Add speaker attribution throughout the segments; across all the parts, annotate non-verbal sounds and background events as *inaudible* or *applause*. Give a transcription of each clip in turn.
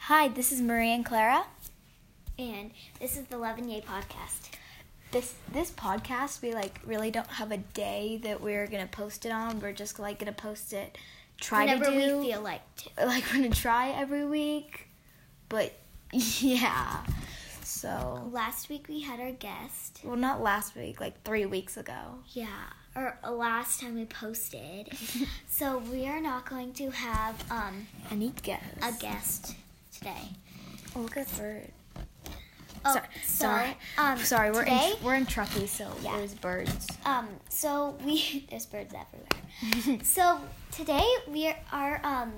Speaker 1: Hi, this is Marie and Clara.
Speaker 2: And this is the Love and Yay podcast.
Speaker 1: This this podcast we like really don't have a day that we're gonna post it on. We're just like gonna post it. Try
Speaker 2: Whenever
Speaker 1: to do
Speaker 2: we feel like
Speaker 1: *laughs*
Speaker 2: to.
Speaker 1: like we're gonna try every week, but *laughs* yeah. So
Speaker 2: Last week we had our guest.
Speaker 1: well, not last week, like three weeks ago.
Speaker 2: Yeah, or uh, last time
Speaker 1: *laughs*
Speaker 2: we posted. so we are not going to have um,
Speaker 1: Any guess?
Speaker 2: a guest today.
Speaker 1: Oh, Look at bird.
Speaker 2: Oh,
Speaker 1: sorry,
Speaker 2: so,
Speaker 1: sorry,
Speaker 2: Um,
Speaker 1: sorry. We're
Speaker 2: today,
Speaker 1: in we're in Truckee, so
Speaker 2: Yeah.
Speaker 1: there's birds.
Speaker 2: um, so we *laughs* there's birds
Speaker 1: *laughs*
Speaker 2: everywhere. so today we are um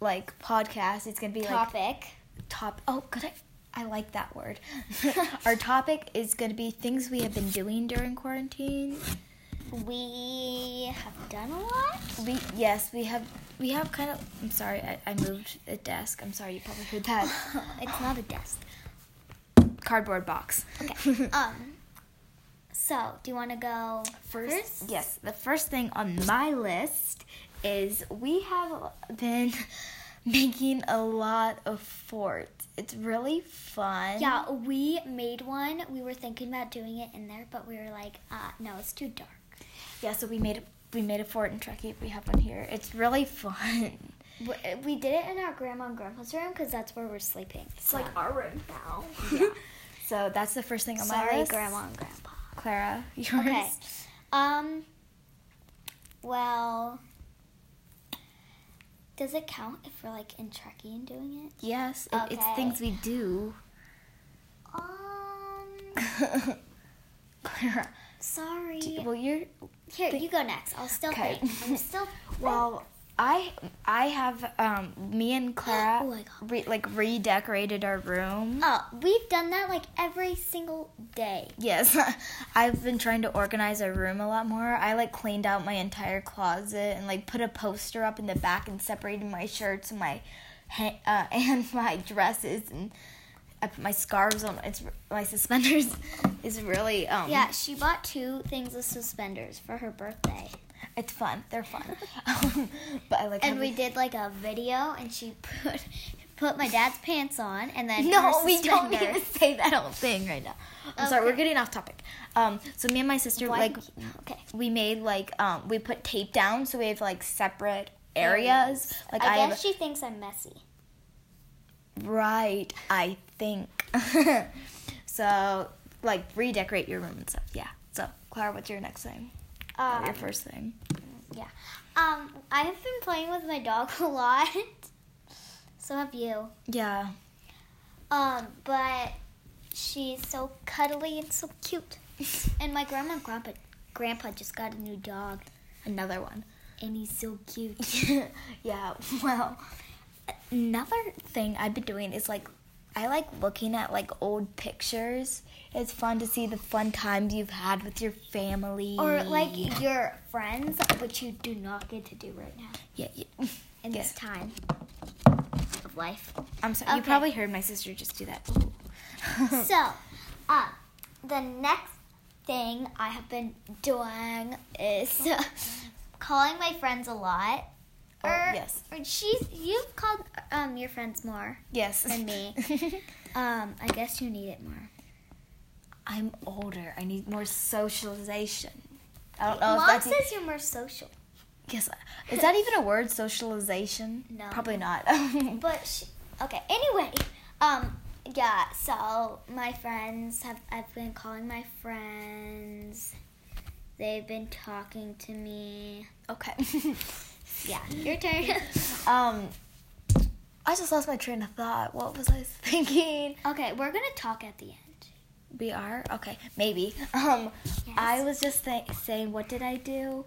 Speaker 1: Like podcast, it's gonna be like
Speaker 2: topic.
Speaker 1: top oh could i i like that
Speaker 2: *laughs*
Speaker 1: word our topic is going to be things we have been doing during quarantine
Speaker 2: we have done a lot.
Speaker 1: we yes we have we have kind of i'm sorry i, I moved the desk i'm sorry you probably heard
Speaker 2: *laughs*
Speaker 1: that
Speaker 2: it's not a desk.
Speaker 1: cardboard box
Speaker 2: *laughs* Okay. um. So, do you want to go first?
Speaker 1: yes the first thing on my list is we have been *laughs* making a lot of forts it's really fun
Speaker 2: Yeah, we made one. We were thinking about doing it in there, but we were like, uh, no, it's too dark.
Speaker 1: yeah so we made a we made a fort in Truckee. We have one here. It's really fun.
Speaker 2: We, uh, we did it in our grandma and grandpa's room because that's where we're sleeping. It's like our room now.
Speaker 1: *laughs* So that's the first thing on my
Speaker 2: Sorry,
Speaker 1: list.
Speaker 2: grandma and grandpa.
Speaker 1: Clara, *laughs* yours.
Speaker 2: Okay. Um. Well. Does it count if we're like in Truckee and doing it?
Speaker 1: Yes, it, it's
Speaker 2: Okay.
Speaker 1: things we
Speaker 2: *laughs*
Speaker 1: do.
Speaker 2: Um.
Speaker 1: Clara,
Speaker 2: Sorry.
Speaker 1: do- well, you're
Speaker 2: Here,
Speaker 1: Think-
Speaker 2: you go next. I'll still
Speaker 1: Okay.
Speaker 2: think. I'm *laughs* still.
Speaker 1: well. I I have um me and Clara
Speaker 2: *gasps* Oh my God.
Speaker 1: re, like redecorated our room.
Speaker 2: Oh, we've done that like every single day.
Speaker 1: Yes, *laughs* I've been trying to organize our room a lot more. I like cleaned out my entire closet and like put a poster up in the back and separated my shirts and my ha- uh, *laughs* and my dresses and I put my scarves on. It's my suspenders *laughs* is really um
Speaker 2: Yeah, she bought two things of suspenders for her birthday.
Speaker 1: It's fun. They're fun. *laughs* um, but I like.
Speaker 2: And
Speaker 1: how
Speaker 2: we did like a video and she *laughs* put put my dad's pants on *laughs* and then
Speaker 1: No,
Speaker 2: her
Speaker 1: we don't need to
Speaker 2: suspenders.
Speaker 1: say that whole thing right now. I'm sorry, we're
Speaker 2: Okay.
Speaker 1: getting off topic. Um, so me and my sister
Speaker 2: Why
Speaker 1: like
Speaker 2: did you- okay.
Speaker 1: we made like um we put tape down so we have like separate areas. Like I,
Speaker 2: I
Speaker 1: have,
Speaker 2: guess she thinks I'm messy.
Speaker 1: right, I think. *laughs* so like redecorate your room and stuff. Yeah. So Clara, what's your next thing? Or your
Speaker 2: Um,
Speaker 1: first thing?
Speaker 2: yeah. Um, I have been playing with my dog *laughs* a lot. so have you.
Speaker 1: Yeah.
Speaker 2: Um, but she's so cuddly and so
Speaker 1: *laughs*
Speaker 2: cute. and my grandma and grandpa grandpa just got a new dog
Speaker 1: Another one.
Speaker 2: and he's so cute.
Speaker 1: *laughs* yeah, well, another thing I've been doing is like, I like looking at like old pictures. It's fun to see the fun times you've had with your family.
Speaker 2: or like your friends, which you do not get to do right now
Speaker 1: yeah, yeah.
Speaker 2: in this
Speaker 1: Yeah.
Speaker 2: time of life.
Speaker 1: *laughs* I'm sorry. You
Speaker 2: Okay.
Speaker 1: probably heard my sister just do that.
Speaker 2: so, uh, the next thing I have been doing is *laughs* calling my friends a lot.
Speaker 1: Oh,
Speaker 2: Or-
Speaker 1: yes.
Speaker 2: Or she's you've called um your friends more.
Speaker 1: yes.
Speaker 2: And me.
Speaker 1: *laughs*
Speaker 2: Um, I guess you need it more.
Speaker 1: I'm older. I need more socialization. I don't know
Speaker 2: Mom
Speaker 1: if Oh, that's.
Speaker 2: says you're more social,
Speaker 1: yes. Is that even a word? Socialization?
Speaker 2: No.
Speaker 1: Probably not. *laughs*
Speaker 2: but she, okay. Anyway, um, yeah. So my friends have I've been calling my friends. They've been talking to me.
Speaker 1: okay. *laughs*
Speaker 2: Yeah, your turn. *laughs*
Speaker 1: Um, I just lost my train of thought. What was I *laughs* thinking?
Speaker 2: okay, we're gonna talk at the end.
Speaker 1: We are okay. Maybe. *laughs* Um, I
Speaker 2: Yes.
Speaker 1: was just th- saying, what did I do?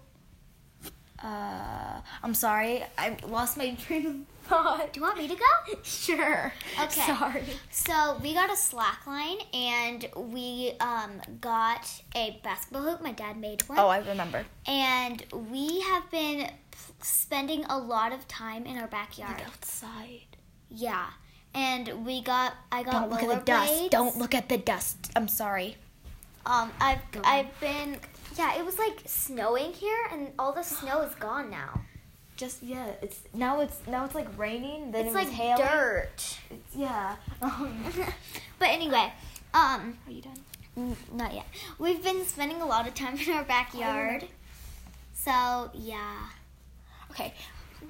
Speaker 1: Uh, I'm sorry. I lost my *laughs* train of thought. *laughs*
Speaker 2: Do you want me to go?
Speaker 1: Sure.
Speaker 2: Okay.
Speaker 1: Sorry.
Speaker 2: So we got a slack line and we um got a basketball hoop. My dad made one.
Speaker 1: Oh, I remember.
Speaker 2: and we have been p- spending a lot of time in our backyard.
Speaker 1: outside.
Speaker 2: Yeah, and we got I got
Speaker 1: Don't look at the dust.
Speaker 2: rollerblades.
Speaker 1: Don't look at the dust. I'm sorry.
Speaker 2: Um, I've
Speaker 1: *gasps*
Speaker 2: I've been yeah. It was like snowing here, and all the snow is gone now.
Speaker 1: just yeah, it's now it's now it's like raining. Then
Speaker 2: it's
Speaker 1: it was
Speaker 2: like
Speaker 1: hailing.
Speaker 2: dirt. *laughs*
Speaker 1: It's- yeah. *laughs* Um,
Speaker 2: but anyway, um,
Speaker 1: are you done?
Speaker 2: n- not yet. We've been spending a lot of time *laughs* in our backyard. So yeah.
Speaker 1: Okay.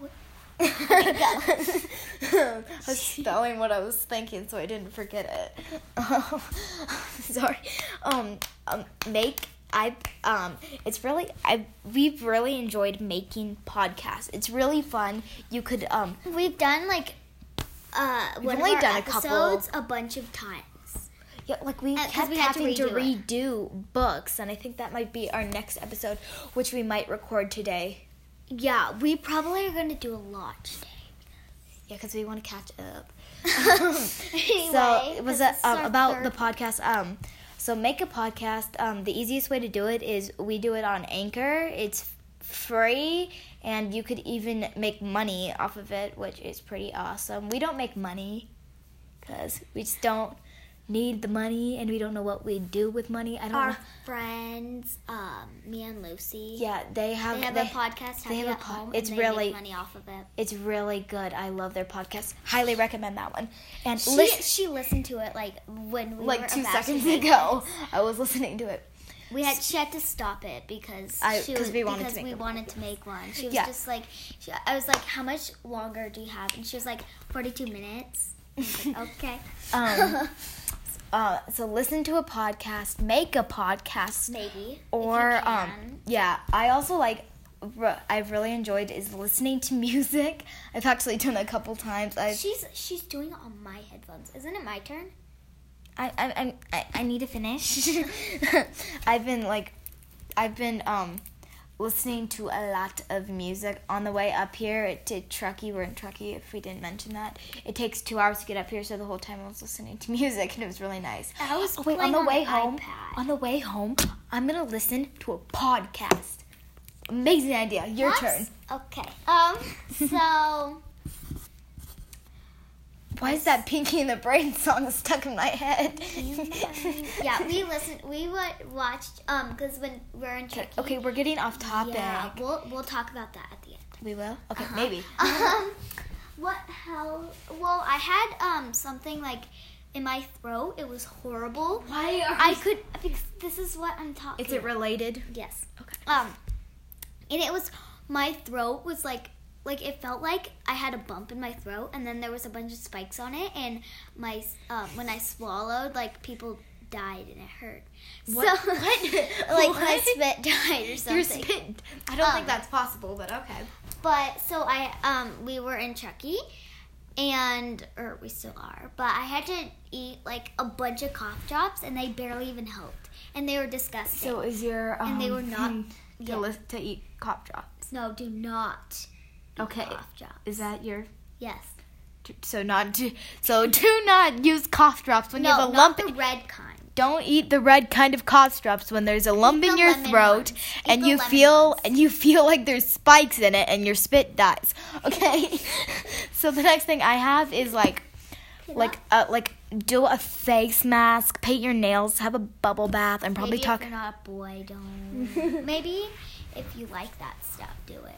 Speaker 2: What-
Speaker 1: *laughs* I was spelling what I was thinking so I didn't forget it. *laughs* Um, sorry. Um, um, make I um, it's really I we've really enjoyed making podcasts. It's really fun. You could um,
Speaker 2: *laughs* We've done like uh
Speaker 1: We've
Speaker 2: one
Speaker 1: only
Speaker 2: of our
Speaker 1: done a couple.
Speaker 2: episodes a bunch of times.
Speaker 1: yeah, like we
Speaker 2: Uh, 'cause
Speaker 1: kept
Speaker 2: we had to
Speaker 1: having to
Speaker 2: redo it.
Speaker 1: redo books, and I think that might be our next episode, which we might record today.
Speaker 2: Yeah, we probably are gonna do a lot today.
Speaker 1: Yeah, because we want to catch *laughs* up.
Speaker 2: *laughs* anyway,
Speaker 1: so it was
Speaker 2: this
Speaker 1: uh,
Speaker 2: is
Speaker 1: um,
Speaker 2: our
Speaker 1: about
Speaker 2: third-
Speaker 1: the podcast um so make a podcast um the easiest way to do it is we do it on anchor it's free and you could even make money off of it which is pretty awesome we don't make money because we just don't need the money and we don't know what we do with money i don't
Speaker 2: our
Speaker 1: know
Speaker 2: friends, um, me and Lucy.
Speaker 1: yeah they have
Speaker 2: They have a
Speaker 1: they-
Speaker 2: podcast
Speaker 1: they
Speaker 2: happy
Speaker 1: have a
Speaker 2: at
Speaker 1: pod-
Speaker 2: home.
Speaker 1: it's
Speaker 2: and they
Speaker 1: really-
Speaker 2: make money off of it.
Speaker 1: it's really good i love their podcast highly recommend that one and
Speaker 2: She,
Speaker 1: listen
Speaker 2: she listened to it like when we were
Speaker 1: like two
Speaker 2: about to
Speaker 1: seconds
Speaker 2: make
Speaker 1: ago i was listening to it
Speaker 2: We had she had to stop it because
Speaker 1: I-
Speaker 2: she
Speaker 1: 'cause
Speaker 2: was,
Speaker 1: we wanted to
Speaker 2: because
Speaker 1: make
Speaker 2: we
Speaker 1: a
Speaker 2: wanted to make one. She was
Speaker 1: Yeah.
Speaker 2: just like she, I was like, how much longer do you have? And she was like, forty two minutes. I
Speaker 1: *laughs*
Speaker 2: was *laughs* like, okay,
Speaker 1: Um, uh, so listen to a podcast, make a podcast,
Speaker 2: maybe
Speaker 1: or
Speaker 2: if you
Speaker 1: um,
Speaker 2: can.
Speaker 1: yeah. I also like. re- I've really enjoyed is listening to *laughs* music. I've actually done a couple times. I've,
Speaker 2: she's she's doing it on my headphones. Isn't it my turn?
Speaker 1: I, I, I'm- I, I need to finish. *laughs* I've been like, I've been um, listening to a lot of music on the way up here to Truckee. We're in Truckee. If we didn't mention that, it takes two hours to get up here. So the whole time I was listening to *laughs* music, and it was really nice.
Speaker 2: I was
Speaker 1: Oh, wait, on
Speaker 2: playing
Speaker 1: the
Speaker 2: Uh, on
Speaker 1: way
Speaker 2: an
Speaker 1: home,
Speaker 2: iPad.
Speaker 1: on the way home, I'm gonna listen to a podcast. Amazing idea. Your
Speaker 2: Whoops.
Speaker 1: turn.
Speaker 2: Okay. Um. So *laughs*
Speaker 1: Why is that Pinky and the Brain *laughs* song stuck in my head? *laughs*
Speaker 2: yeah, we listened. We wa watched. Um. Because when we're in Turkey.
Speaker 1: Okay, we're getting off topic.
Speaker 2: Yeah. We'll we'll talk about that at the end. *laughs*
Speaker 1: We will. Okay, maybe.
Speaker 2: Um, what hell? Well, I had um something like in my throat. It was horrible.
Speaker 1: Why are
Speaker 2: I could because this is what I'm talking.
Speaker 1: Is it related?
Speaker 2: Yes.
Speaker 1: Okay.
Speaker 2: Um, and it was my throat was like like it felt like I had a bump in my throat, and then there was a bunch of spikes on it, and my um, when I swallowed, like people died and it hurt.
Speaker 1: What?
Speaker 2: So
Speaker 1: What?
Speaker 2: *laughs*
Speaker 1: *laughs*
Speaker 2: like my
Speaker 1: What?
Speaker 2: spit died or
Speaker 1: *laughs*
Speaker 2: something.
Speaker 1: Your spit. I don't
Speaker 2: Um,
Speaker 1: think that's possible, but okay.
Speaker 2: But so I um we were in Chucky and or we still are, but I had to eat like a bunch of cough drops and they barely even helped. And they were disgusting.
Speaker 1: So is your um,
Speaker 2: And they were not-
Speaker 1: thing to,
Speaker 2: yeah.
Speaker 1: lis- to eat cop drops?
Speaker 2: no, do not
Speaker 1: Okay.
Speaker 2: cough drops.
Speaker 1: Is that your?
Speaker 2: Yes.
Speaker 1: So not do. So do not use cough drops when
Speaker 2: No,
Speaker 1: you have a
Speaker 2: not
Speaker 1: lump
Speaker 2: the red kind.
Speaker 1: Don't eat the red kind of cough drops when there's a lump
Speaker 2: Eat
Speaker 1: in
Speaker 2: the
Speaker 1: your
Speaker 2: lemon
Speaker 1: throat
Speaker 2: ones. Eat
Speaker 1: and
Speaker 2: the
Speaker 1: you
Speaker 2: lemon
Speaker 1: feel
Speaker 2: ones.
Speaker 1: and you *laughs* feel like there's spikes in it and your spit dies. *laughs* Okay. so the next thing I have is like like uh, like do a face mask, paint your nails, have a bubble bath. I'm probably
Speaker 2: Maybe
Speaker 1: talking
Speaker 2: if you're not a
Speaker 1: *laughs*
Speaker 2: boy, don't. Maybe if you like that stuff, do it.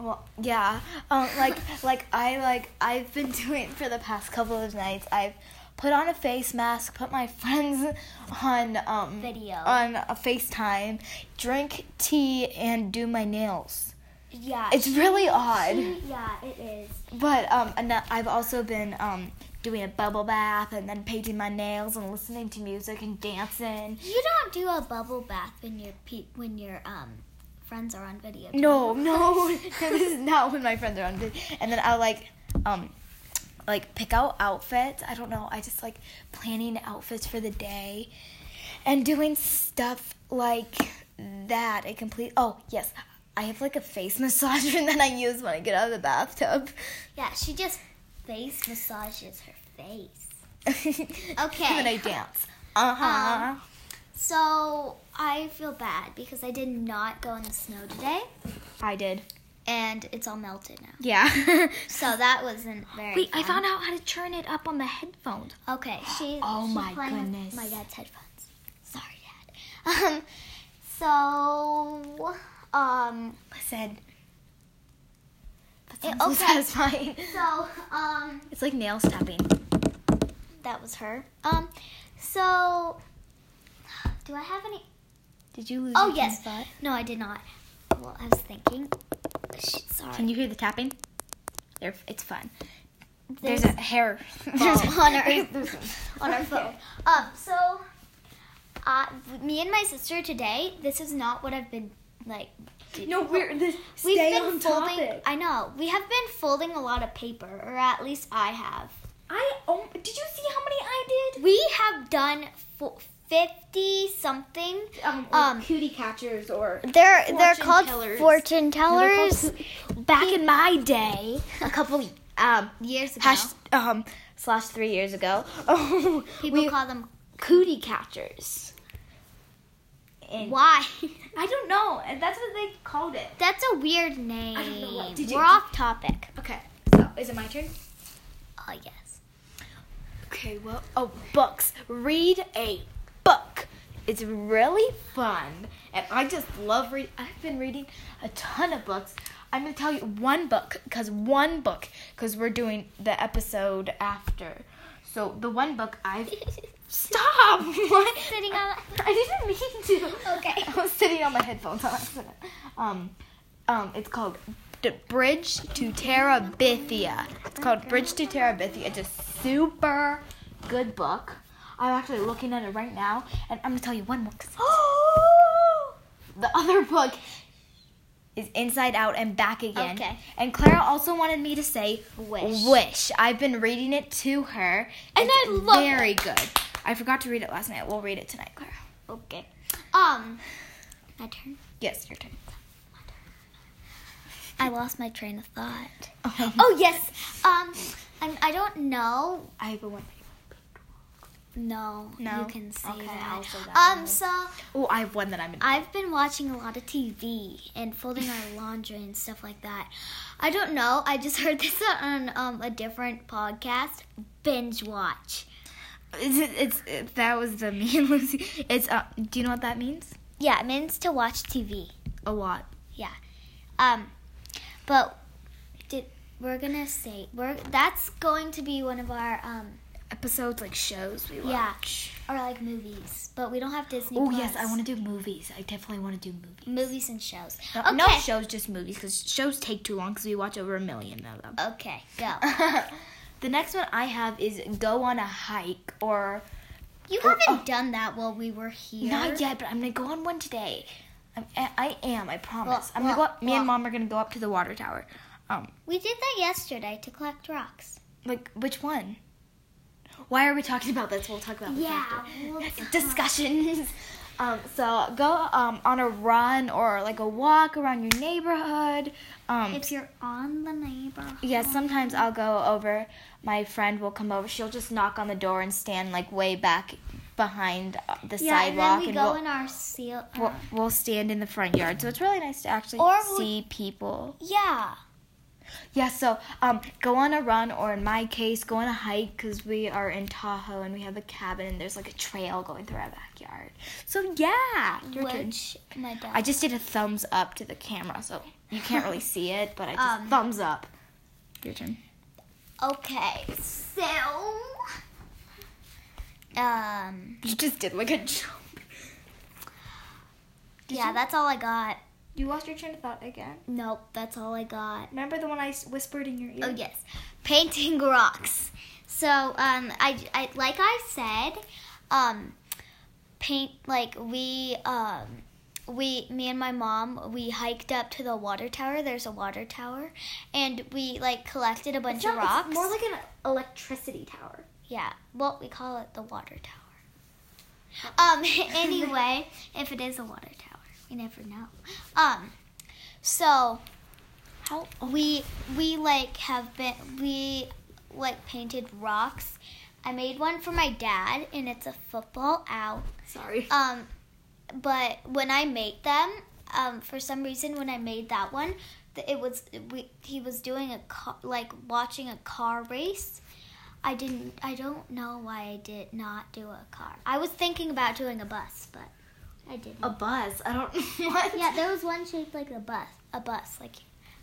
Speaker 1: Well, yeah. Um, like, *laughs* like I like I've been *laughs* doing for the past couple of nights. I've put on a face mask, put my *laughs* friends on um,
Speaker 2: Video.
Speaker 1: on a FaceTime, drink tea, and do my nails.
Speaker 2: Yeah.
Speaker 1: It's really
Speaker 2: *laughs*
Speaker 1: odd,
Speaker 2: Yeah, it is.
Speaker 1: but um, and that- I've also been um doing a bubble bath and then painting my nails and listening to music and dancing.
Speaker 2: You don't do a bubble bath when your pe- when your um friends are on video. do
Speaker 1: No,
Speaker 2: you?
Speaker 1: no, *laughs* this is not when my friends are on. vid- And then I'll like, um, like pick out outfits. I don't know. I just like planning outfits for the day, and doing stuff like that. I complete. Oh yes, I have like a face *laughs* massager that I use when I get out of the bathtub. *laughs*
Speaker 2: Yeah, she just face massages her face.
Speaker 1: okay. And then I dance. Uh huh.
Speaker 2: Um, So I feel bad because I did not go in the snow today,
Speaker 1: I did.
Speaker 2: and it's all melted now.
Speaker 1: *laughs* Yeah.
Speaker 2: So that wasn't very.
Speaker 1: Wait, I
Speaker 2: fun.
Speaker 1: found out how to turn it up on the headphones.
Speaker 2: Okay, she.
Speaker 1: Oh
Speaker 2: she's
Speaker 1: my
Speaker 2: playing with
Speaker 1: goodness.
Speaker 2: My dad's headphones. Sorry, dad. Um, so um,
Speaker 1: Listen. It's
Speaker 2: Yeah,
Speaker 1: so
Speaker 2: okay.
Speaker 1: satisfying.
Speaker 2: So, um,
Speaker 1: It's like nails tapping.
Speaker 2: that was her. Um, so, do I have any?
Speaker 1: Did you lose?
Speaker 2: Oh,
Speaker 1: your
Speaker 2: yes.
Speaker 1: spot?
Speaker 2: No, I did not. Well, I was thinking. Shit, sorry.
Speaker 1: Can you hear the tapping? There, it's fun. There's,
Speaker 2: There's-
Speaker 1: a
Speaker 2: *laughs*
Speaker 1: hair.
Speaker 2: Oh, on our-
Speaker 1: *laughs* There's-
Speaker 2: on our phone. Um, so, uh, me and my sister today. This is not what I've been like. did-
Speaker 1: No, we're this.
Speaker 2: We've
Speaker 1: stay
Speaker 2: been
Speaker 1: on
Speaker 2: folding.
Speaker 1: topic.
Speaker 2: I know we have been folding a lot of paper, or at least I have.
Speaker 1: I oh, did you see how many I did?
Speaker 2: We have done fo- fifty something.
Speaker 1: Um,
Speaker 2: Um,
Speaker 1: cootie catchers or
Speaker 2: They're they're
Speaker 1: Fortune
Speaker 2: called
Speaker 1: tellers.
Speaker 2: fortune tellers.
Speaker 1: back in my day, a couple um
Speaker 2: Years ago,
Speaker 1: hash um slash three years ago, *laughs* oh,
Speaker 2: people
Speaker 1: we
Speaker 2: call them.
Speaker 1: cootie catchers. And
Speaker 2: Why?
Speaker 1: I don't know. and That's what they called it.
Speaker 2: *laughs* That's a weird name.
Speaker 1: I don't know what- did you-
Speaker 2: We're off topic.
Speaker 1: Okay, so is it my turn?
Speaker 2: Oh yes.
Speaker 1: Okay, well, oh, books. Read a book. It's really fun, and I just love read. I've been reading a ton of books. I'm gonna tell you one book, cause one book, cause we're doing the episode after. So the one book *laughs* I've stop. *laughs* What?
Speaker 2: *laughs* Sitting on.
Speaker 1: *gasps* I didn't mean to.
Speaker 2: Okay.
Speaker 1: *laughs* I was sitting on my headphones *laughs* on accident. Um, um, it's called D- Bridge to Terabithia. It's called Bridge to Terabithia. It's a super good book. I'm actually looking at it right now, and I'm gonna tell you one more. 'cause- *gasps* the other book is Inside Out and Back Again.
Speaker 2: Okay.
Speaker 1: And Clara also wanted me to say
Speaker 2: Wish.
Speaker 1: Wish. I've been reading it to her,
Speaker 2: And
Speaker 1: It's
Speaker 2: I love
Speaker 1: very
Speaker 2: it.
Speaker 1: good. I forgot to read it last night. We'll read it tonight, Clara.
Speaker 2: Okay. Um, my turn.
Speaker 1: Yes, your turn.
Speaker 2: I lost my train of
Speaker 1: *laughs*
Speaker 2: thought.
Speaker 1: Oh,
Speaker 2: Oh yes. Um, I'm, I don't know.
Speaker 1: I have a one.
Speaker 2: No,
Speaker 1: No?
Speaker 2: you can say
Speaker 1: Okay,
Speaker 2: that.
Speaker 1: I'll say that
Speaker 2: Um,
Speaker 1: one.
Speaker 2: so
Speaker 1: Oh, I have one that I'm in.
Speaker 2: I've been watching a lot of TV and folding
Speaker 1: *laughs*
Speaker 2: our laundry and stuff like that. I don't know. I just heard *laughs* this on um, a different podcast. Binge watch.
Speaker 1: It's, it's, it- that was the *laughs* me and Lucy. It's uh, do you know what that means?
Speaker 2: Yeah, it means to watch TV.
Speaker 1: A lot.
Speaker 2: Yeah. Um, but did, we're gonna say we're that's going to be one of our um
Speaker 1: Episodes like shows we
Speaker 2: yeah
Speaker 1: watch.
Speaker 2: or like movies, but we don't have Disney.
Speaker 1: Oh yes,
Speaker 2: Plus.
Speaker 1: I want to do movies. I definitely want to do movies.
Speaker 2: movies and shows.
Speaker 1: No,
Speaker 2: okay.
Speaker 1: Uh, no shows, just movies, because shows take too long because we watch over a million of them.
Speaker 2: Okay, go.
Speaker 1: *laughs* the next one I have is go on a hike or
Speaker 2: You
Speaker 1: Oh,
Speaker 2: haven't
Speaker 1: oh.
Speaker 2: done that while we were here.
Speaker 1: not yet, but I'm gonna go on one today. I'm, I I am, I promise. I'm gonna go
Speaker 2: well,
Speaker 1: up. Me and
Speaker 2: well.
Speaker 1: mom are gonna go up to the water tower. Um,
Speaker 2: We did that yesterday to collect rocks.
Speaker 1: like which one? Why are we talking about this? We'll talk about this
Speaker 2: *laughs*
Speaker 1: after. discussions. *laughs* Um, so go um, on a run or like a walk around your neighborhood. Um,
Speaker 2: If you're on the neighborhood.
Speaker 1: Yeah, sometimes I'll go over. My friend will come over. She'll just knock on the door and stand like way back behind uh, the
Speaker 2: Yeah,
Speaker 1: sidewalk,
Speaker 2: and then we go
Speaker 1: we'll,
Speaker 2: in our seal. uh,
Speaker 1: we'll, we'll stand in the front yard. So it's really nice to actually
Speaker 2: Or we-
Speaker 1: see people.
Speaker 2: yeah.
Speaker 1: Yeah, so um, go on a run, or in my case, go on a hike because we are in Tahoe and we have a cabin and there's like a trail going through our backyard. So yeah, your turn.
Speaker 2: Which my dad.
Speaker 1: I just did a thumbs up to the camera, so you can't really see it, but I just
Speaker 2: Um,
Speaker 1: thumbs up. Your turn.
Speaker 2: okay, so. Um.
Speaker 1: You just did like a *laughs* jump.
Speaker 2: yeah, that's all I got.
Speaker 1: You lost your train of thought again.
Speaker 2: Nope, that's all I got.
Speaker 1: Remember the one I s- whispered in your ear?
Speaker 2: Oh yes, painting rocks. So um, I, I like I said, um, paint like we um, we me and my mom we hiked up to the water tower. There's a water tower, and we like collected a bunch
Speaker 1: It's not-
Speaker 2: of
Speaker 1: it's
Speaker 2: rocks.
Speaker 1: more like an electricity tower.
Speaker 2: yeah, well we call it the water tower. Um, *laughs* anyway, if it is a water tower, we never know. Um, so
Speaker 1: How?
Speaker 2: we we like have been we like painted rocks. I made one for my dad and it's a football owl.
Speaker 1: Sorry.
Speaker 2: Um but when I made them, um for some reason when I made that one, th- it was we he was doing a car, like watching a car race. I didn't I don't know why I did not do a car. I was thinking about doing a bus, but I didn't.
Speaker 1: a buzz. I don't. *laughs* what?
Speaker 2: Yeah, there was one shaped like a bus, a bus like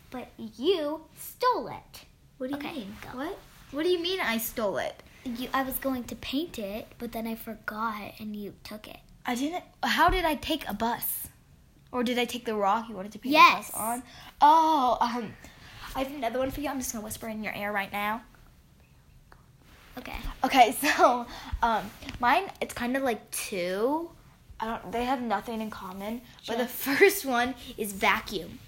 Speaker 2: but you stole it.
Speaker 1: What do you
Speaker 2: Okay,
Speaker 1: mean?
Speaker 2: go.
Speaker 1: What? What do you mean I stole it?
Speaker 2: You, I was going to paint it, but then I forgot and you took it.
Speaker 1: I didn't. How did I take a bus? Or did I take the rock you wanted to paint
Speaker 2: Yes.
Speaker 1: the bus on? Oh, um, I have another one for you. I'm just gonna whisper in your ear right now.
Speaker 2: Okay.
Speaker 1: Okay, *laughs* so um, mine it's kind of like two. I don't. They have nothing in common. But the first one is vacuum.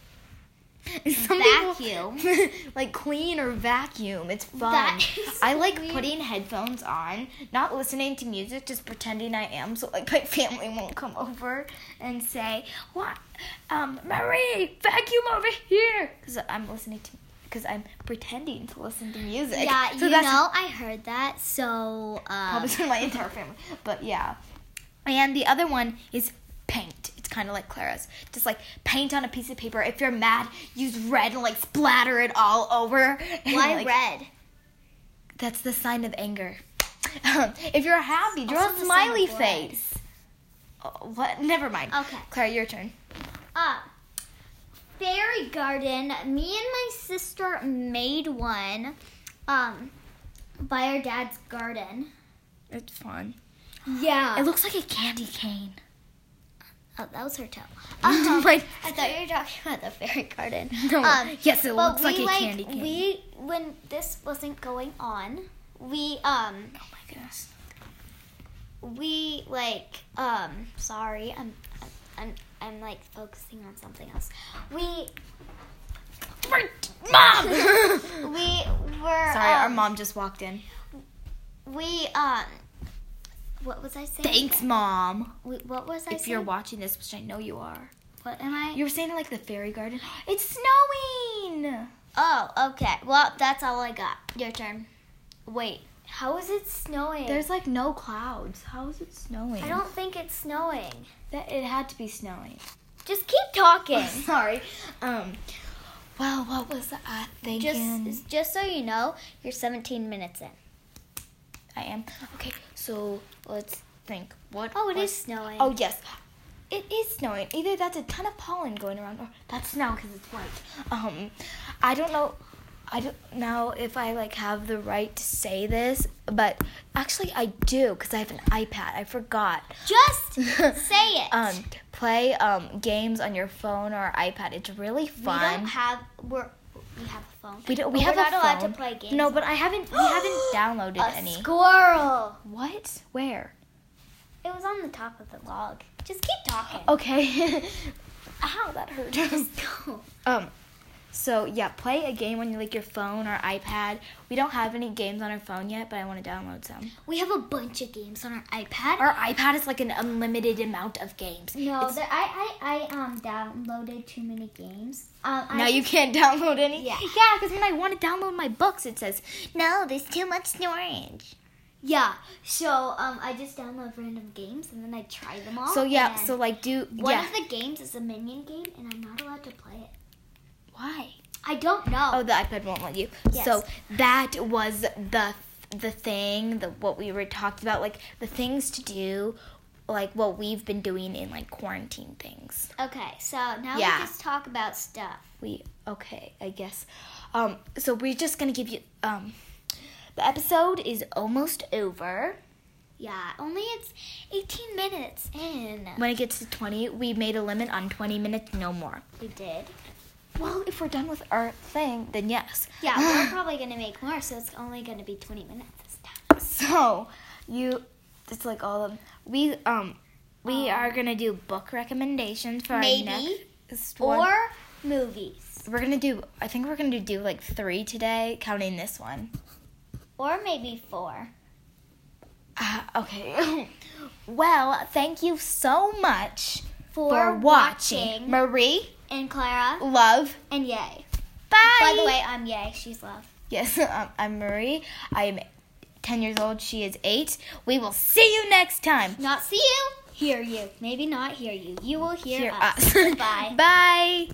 Speaker 1: *laughs* Some people- *laughs* like clean or vacuum. It's fun.
Speaker 2: That is
Speaker 1: I like
Speaker 2: weird.
Speaker 1: putting headphones on, not listening to music, just pretending I am, so like my *laughs* family won't come over and say, "What, um, Marie, vacuum over here," because I'm listening to. Because I'm pretending to listen to music.
Speaker 2: Yeah,
Speaker 1: so
Speaker 2: you
Speaker 1: that's
Speaker 2: know, I heard that. So, um,
Speaker 1: probably *laughs* to
Speaker 2: *laughs*
Speaker 1: my entire family. But yeah. And the other one is paint. It's kind of like Clara's. Just like paint on a piece of paper. If you're mad, use red and like splatter it all over. *laughs* And,
Speaker 2: why
Speaker 1: like,
Speaker 2: red?
Speaker 1: That's the sign of anger. Um, if you're happy, draw
Speaker 2: also
Speaker 1: a
Speaker 2: the sign
Speaker 1: smiley
Speaker 2: of red.
Speaker 1: face. Oh, what? Never mind.
Speaker 2: Okay.
Speaker 1: Clara, your turn.
Speaker 2: Uh, fairy garden. Me and my sister made one um, by our dad's garden.
Speaker 1: It's fun.
Speaker 2: Yeah.
Speaker 1: It looks like a candy
Speaker 2: *laughs*
Speaker 1: cane.
Speaker 2: oh, that was
Speaker 1: *laughs*
Speaker 2: her toe. Um,
Speaker 1: My-
Speaker 2: I thought you were talking about the fairy
Speaker 1: *laughs*
Speaker 2: garden. Um,
Speaker 1: No. Um, Yes, it
Speaker 2: but
Speaker 1: looks like
Speaker 2: we,
Speaker 1: a candy cane.
Speaker 2: We when this wasn't going on, we um
Speaker 1: Oh my goodness.
Speaker 2: we like um sorry I'm I'm I'm like focusing on something else. We *laughs*
Speaker 1: Mom!
Speaker 2: we were
Speaker 1: Sorry, our
Speaker 2: um,
Speaker 1: mom just walked in.
Speaker 2: We um what was I saying?
Speaker 1: Thanks, mom.
Speaker 2: We, what was I
Speaker 1: If
Speaker 2: saying?
Speaker 1: you're watching this, which I know you are,
Speaker 2: what am I?
Speaker 1: you were saying like the fairy garden. It's snowing.
Speaker 2: oh, okay. Well, that's all I got. Your turn. Wait, how is it snowing?
Speaker 1: There's like no clouds. How is it snowing?
Speaker 2: I don't think it's snowing.
Speaker 1: That it had to be snowing.
Speaker 2: Just keep talking.
Speaker 1: *laughs* Sorry. Um. Well, what was I thinking?
Speaker 2: just just so you know, you're 17 minutes in.
Speaker 1: I am okay. So let's think. What?
Speaker 2: Oh, it
Speaker 1: was-
Speaker 2: is snowing.
Speaker 1: Oh yes, it is snowing. Either that's a ton of pollen going around, or that's snow because it's white. Um, I don't know. I don't know if I like have the right to say this, but actually I do because I have an iPad. I forgot. *laughs*
Speaker 2: just say it.
Speaker 1: Um, play um games on your phone or iPad. It's really
Speaker 2: we
Speaker 1: fun.
Speaker 2: don't have we're we have a phone.
Speaker 1: We don't. We
Speaker 2: But
Speaker 1: have
Speaker 2: we're
Speaker 1: a
Speaker 2: not allowed to
Speaker 1: phone.
Speaker 2: play games
Speaker 1: No, but I haven't.
Speaker 2: *gasps*
Speaker 1: We haven't downloaded
Speaker 2: a
Speaker 1: any.
Speaker 2: squirrel.
Speaker 1: what? Where?
Speaker 2: It was on the top of the log. Just keep talking.
Speaker 1: Okay. Oh. *laughs* Ow, that
Speaker 2: *laughs*
Speaker 1: hurt. *laughs*
Speaker 2: no.
Speaker 1: um. So yeah, play a game on like your phone or iPad. We don't have any games on our phone yet, but I want to download some.
Speaker 2: We have a bunch of games on our iPad.
Speaker 1: Our iPad is like an unlimited amount of games.
Speaker 2: no,
Speaker 1: It's-
Speaker 2: there, I, I I um downloaded too many games. Um,
Speaker 1: *laughs*
Speaker 2: I
Speaker 1: now you can't download any.
Speaker 2: Yeah.
Speaker 1: Yeah, because when I want to download my books, it says no, there's too much storage.
Speaker 2: yeah. So um I just download random games and then I try them all.
Speaker 1: so yeah,
Speaker 2: and
Speaker 1: so like do
Speaker 2: Oh, one
Speaker 1: yeah.
Speaker 2: of the games is a minion game and I'm not allowed to play it.
Speaker 1: Why?
Speaker 2: I don't know.
Speaker 1: Oh, the iPad won't let you.
Speaker 2: Yes.
Speaker 1: So that was the the thing, the what we were talking about, like the things to do, like what we've been doing in like quarantine things.
Speaker 2: okay, so now
Speaker 1: Yeah.
Speaker 2: we just talk about stuff.
Speaker 1: We okay, I guess. Um, so we're just gonna give you um, the episode is almost over.
Speaker 2: Yeah, only it's 18 minutes in.
Speaker 1: When it gets to twenty, we made a limit on twenty minutes, no more.
Speaker 2: We did.
Speaker 1: Well, if we're done with our thing, then yes. *sighs*
Speaker 2: Yeah, we're probably gonna make more, so it's only gonna be 20 minutes this time.
Speaker 1: So you, it's like all of we um we
Speaker 2: Um,
Speaker 1: are gonna do book recommendations for
Speaker 2: maybe,
Speaker 1: our next
Speaker 2: Or
Speaker 1: one.
Speaker 2: movies.
Speaker 1: We're gonna do. I think we're gonna do like three today, counting this one.
Speaker 2: Or maybe four.
Speaker 1: Uh,
Speaker 2: Ah, *laughs*
Speaker 1: okay. *coughs* well, thank you so much
Speaker 2: For,
Speaker 1: for watching,
Speaker 2: watching.
Speaker 1: Marie.
Speaker 2: And Clara.
Speaker 1: Love.
Speaker 2: And Yay.
Speaker 1: Bye.
Speaker 2: By the way, I'm Yay. She's love.
Speaker 1: yes, *laughs* um, I'm Marie. I am ten years old. She is eight. We will see you next time.
Speaker 2: Not see you, hear you. Maybe not hear you. You will hear,
Speaker 1: Hear
Speaker 2: us. *laughs*
Speaker 1: us. *laughs*
Speaker 2: Goodbye.
Speaker 1: Bye.